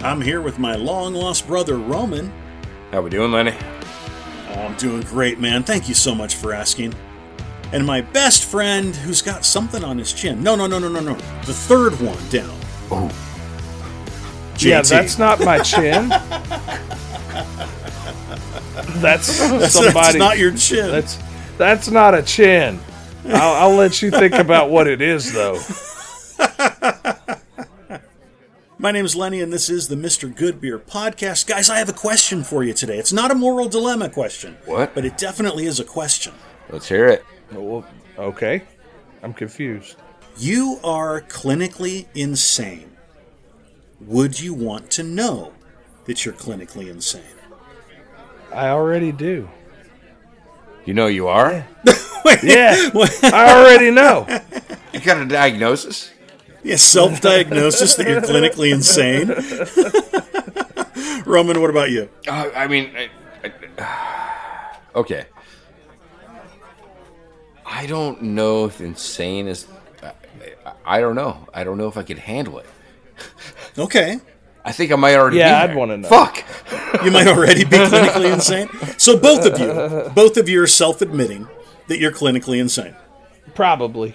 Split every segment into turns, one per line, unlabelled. I'm here with my long lost brother, Roman.
How we doing, Lenny?
Oh, I'm doing great, man. Thank you so much for asking. And my best friend who's got something on his chin. No, no, no, no, no, no. The third one down.
Oh,
JT.
Yeah, that's not my chin. that's
That's- that's
somebody.
not your chin.
That's that's not a chin. I'll, I'll let you think about what it is, though.
My name's Lenny, and this is the Mr. Good Beer podcast. Guys, I have a question for you today. It's not a moral dilemma question.
What?
But it definitely is a question.
let's hear it.
Okay, I'm confused.
You are clinically insane. Would you want to know that you're clinically insane?
I already do.
You know you are.
Yeah, I already know.
You got a diagnosis?
Yeah, self diagnosis that you're clinically insane. Roman, what about you?
Uh, I mean, I, I- okay. I don't know if insane is. I, I I don't know. I don't know if I could handle it.
Okay.
I think I might already.
Yeah,
be
I'd
there.
wanna know.
Fuck.
You might already be clinically insane. So both of you, both of you are self admitting that you're clinically insane.
Probably.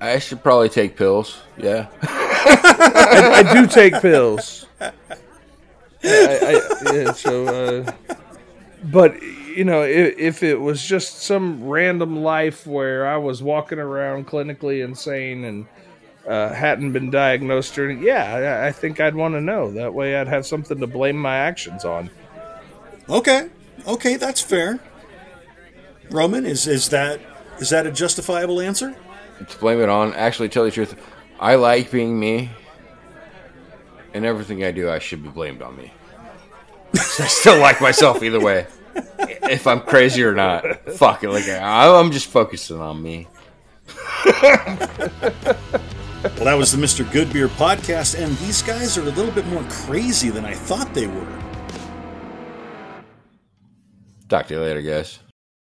I should probably take pills. Yeah.
I do take pills. I, I, yeah, so, uh, but you know, if, if it was just some random life where I was walking around clinically insane and uh, hadn't been diagnosed or any- yeah, I, I think I'd want to know. That way, I'd have something to blame my actions on.
Okay. Okay, that's fair. Roman, is is that is that a justifiable answer?
to blame it on. Actually, tell the truth, I like being me, and everything I do, I should be blamed on me. I still like myself either way, if I'm crazy or not. Fuck it, like I- I'm just focusing on me.
Well, that was the Mr. Goodbeer podcast, and these guys are a little bit more crazy than I thought they were.
Talk to you later, guys.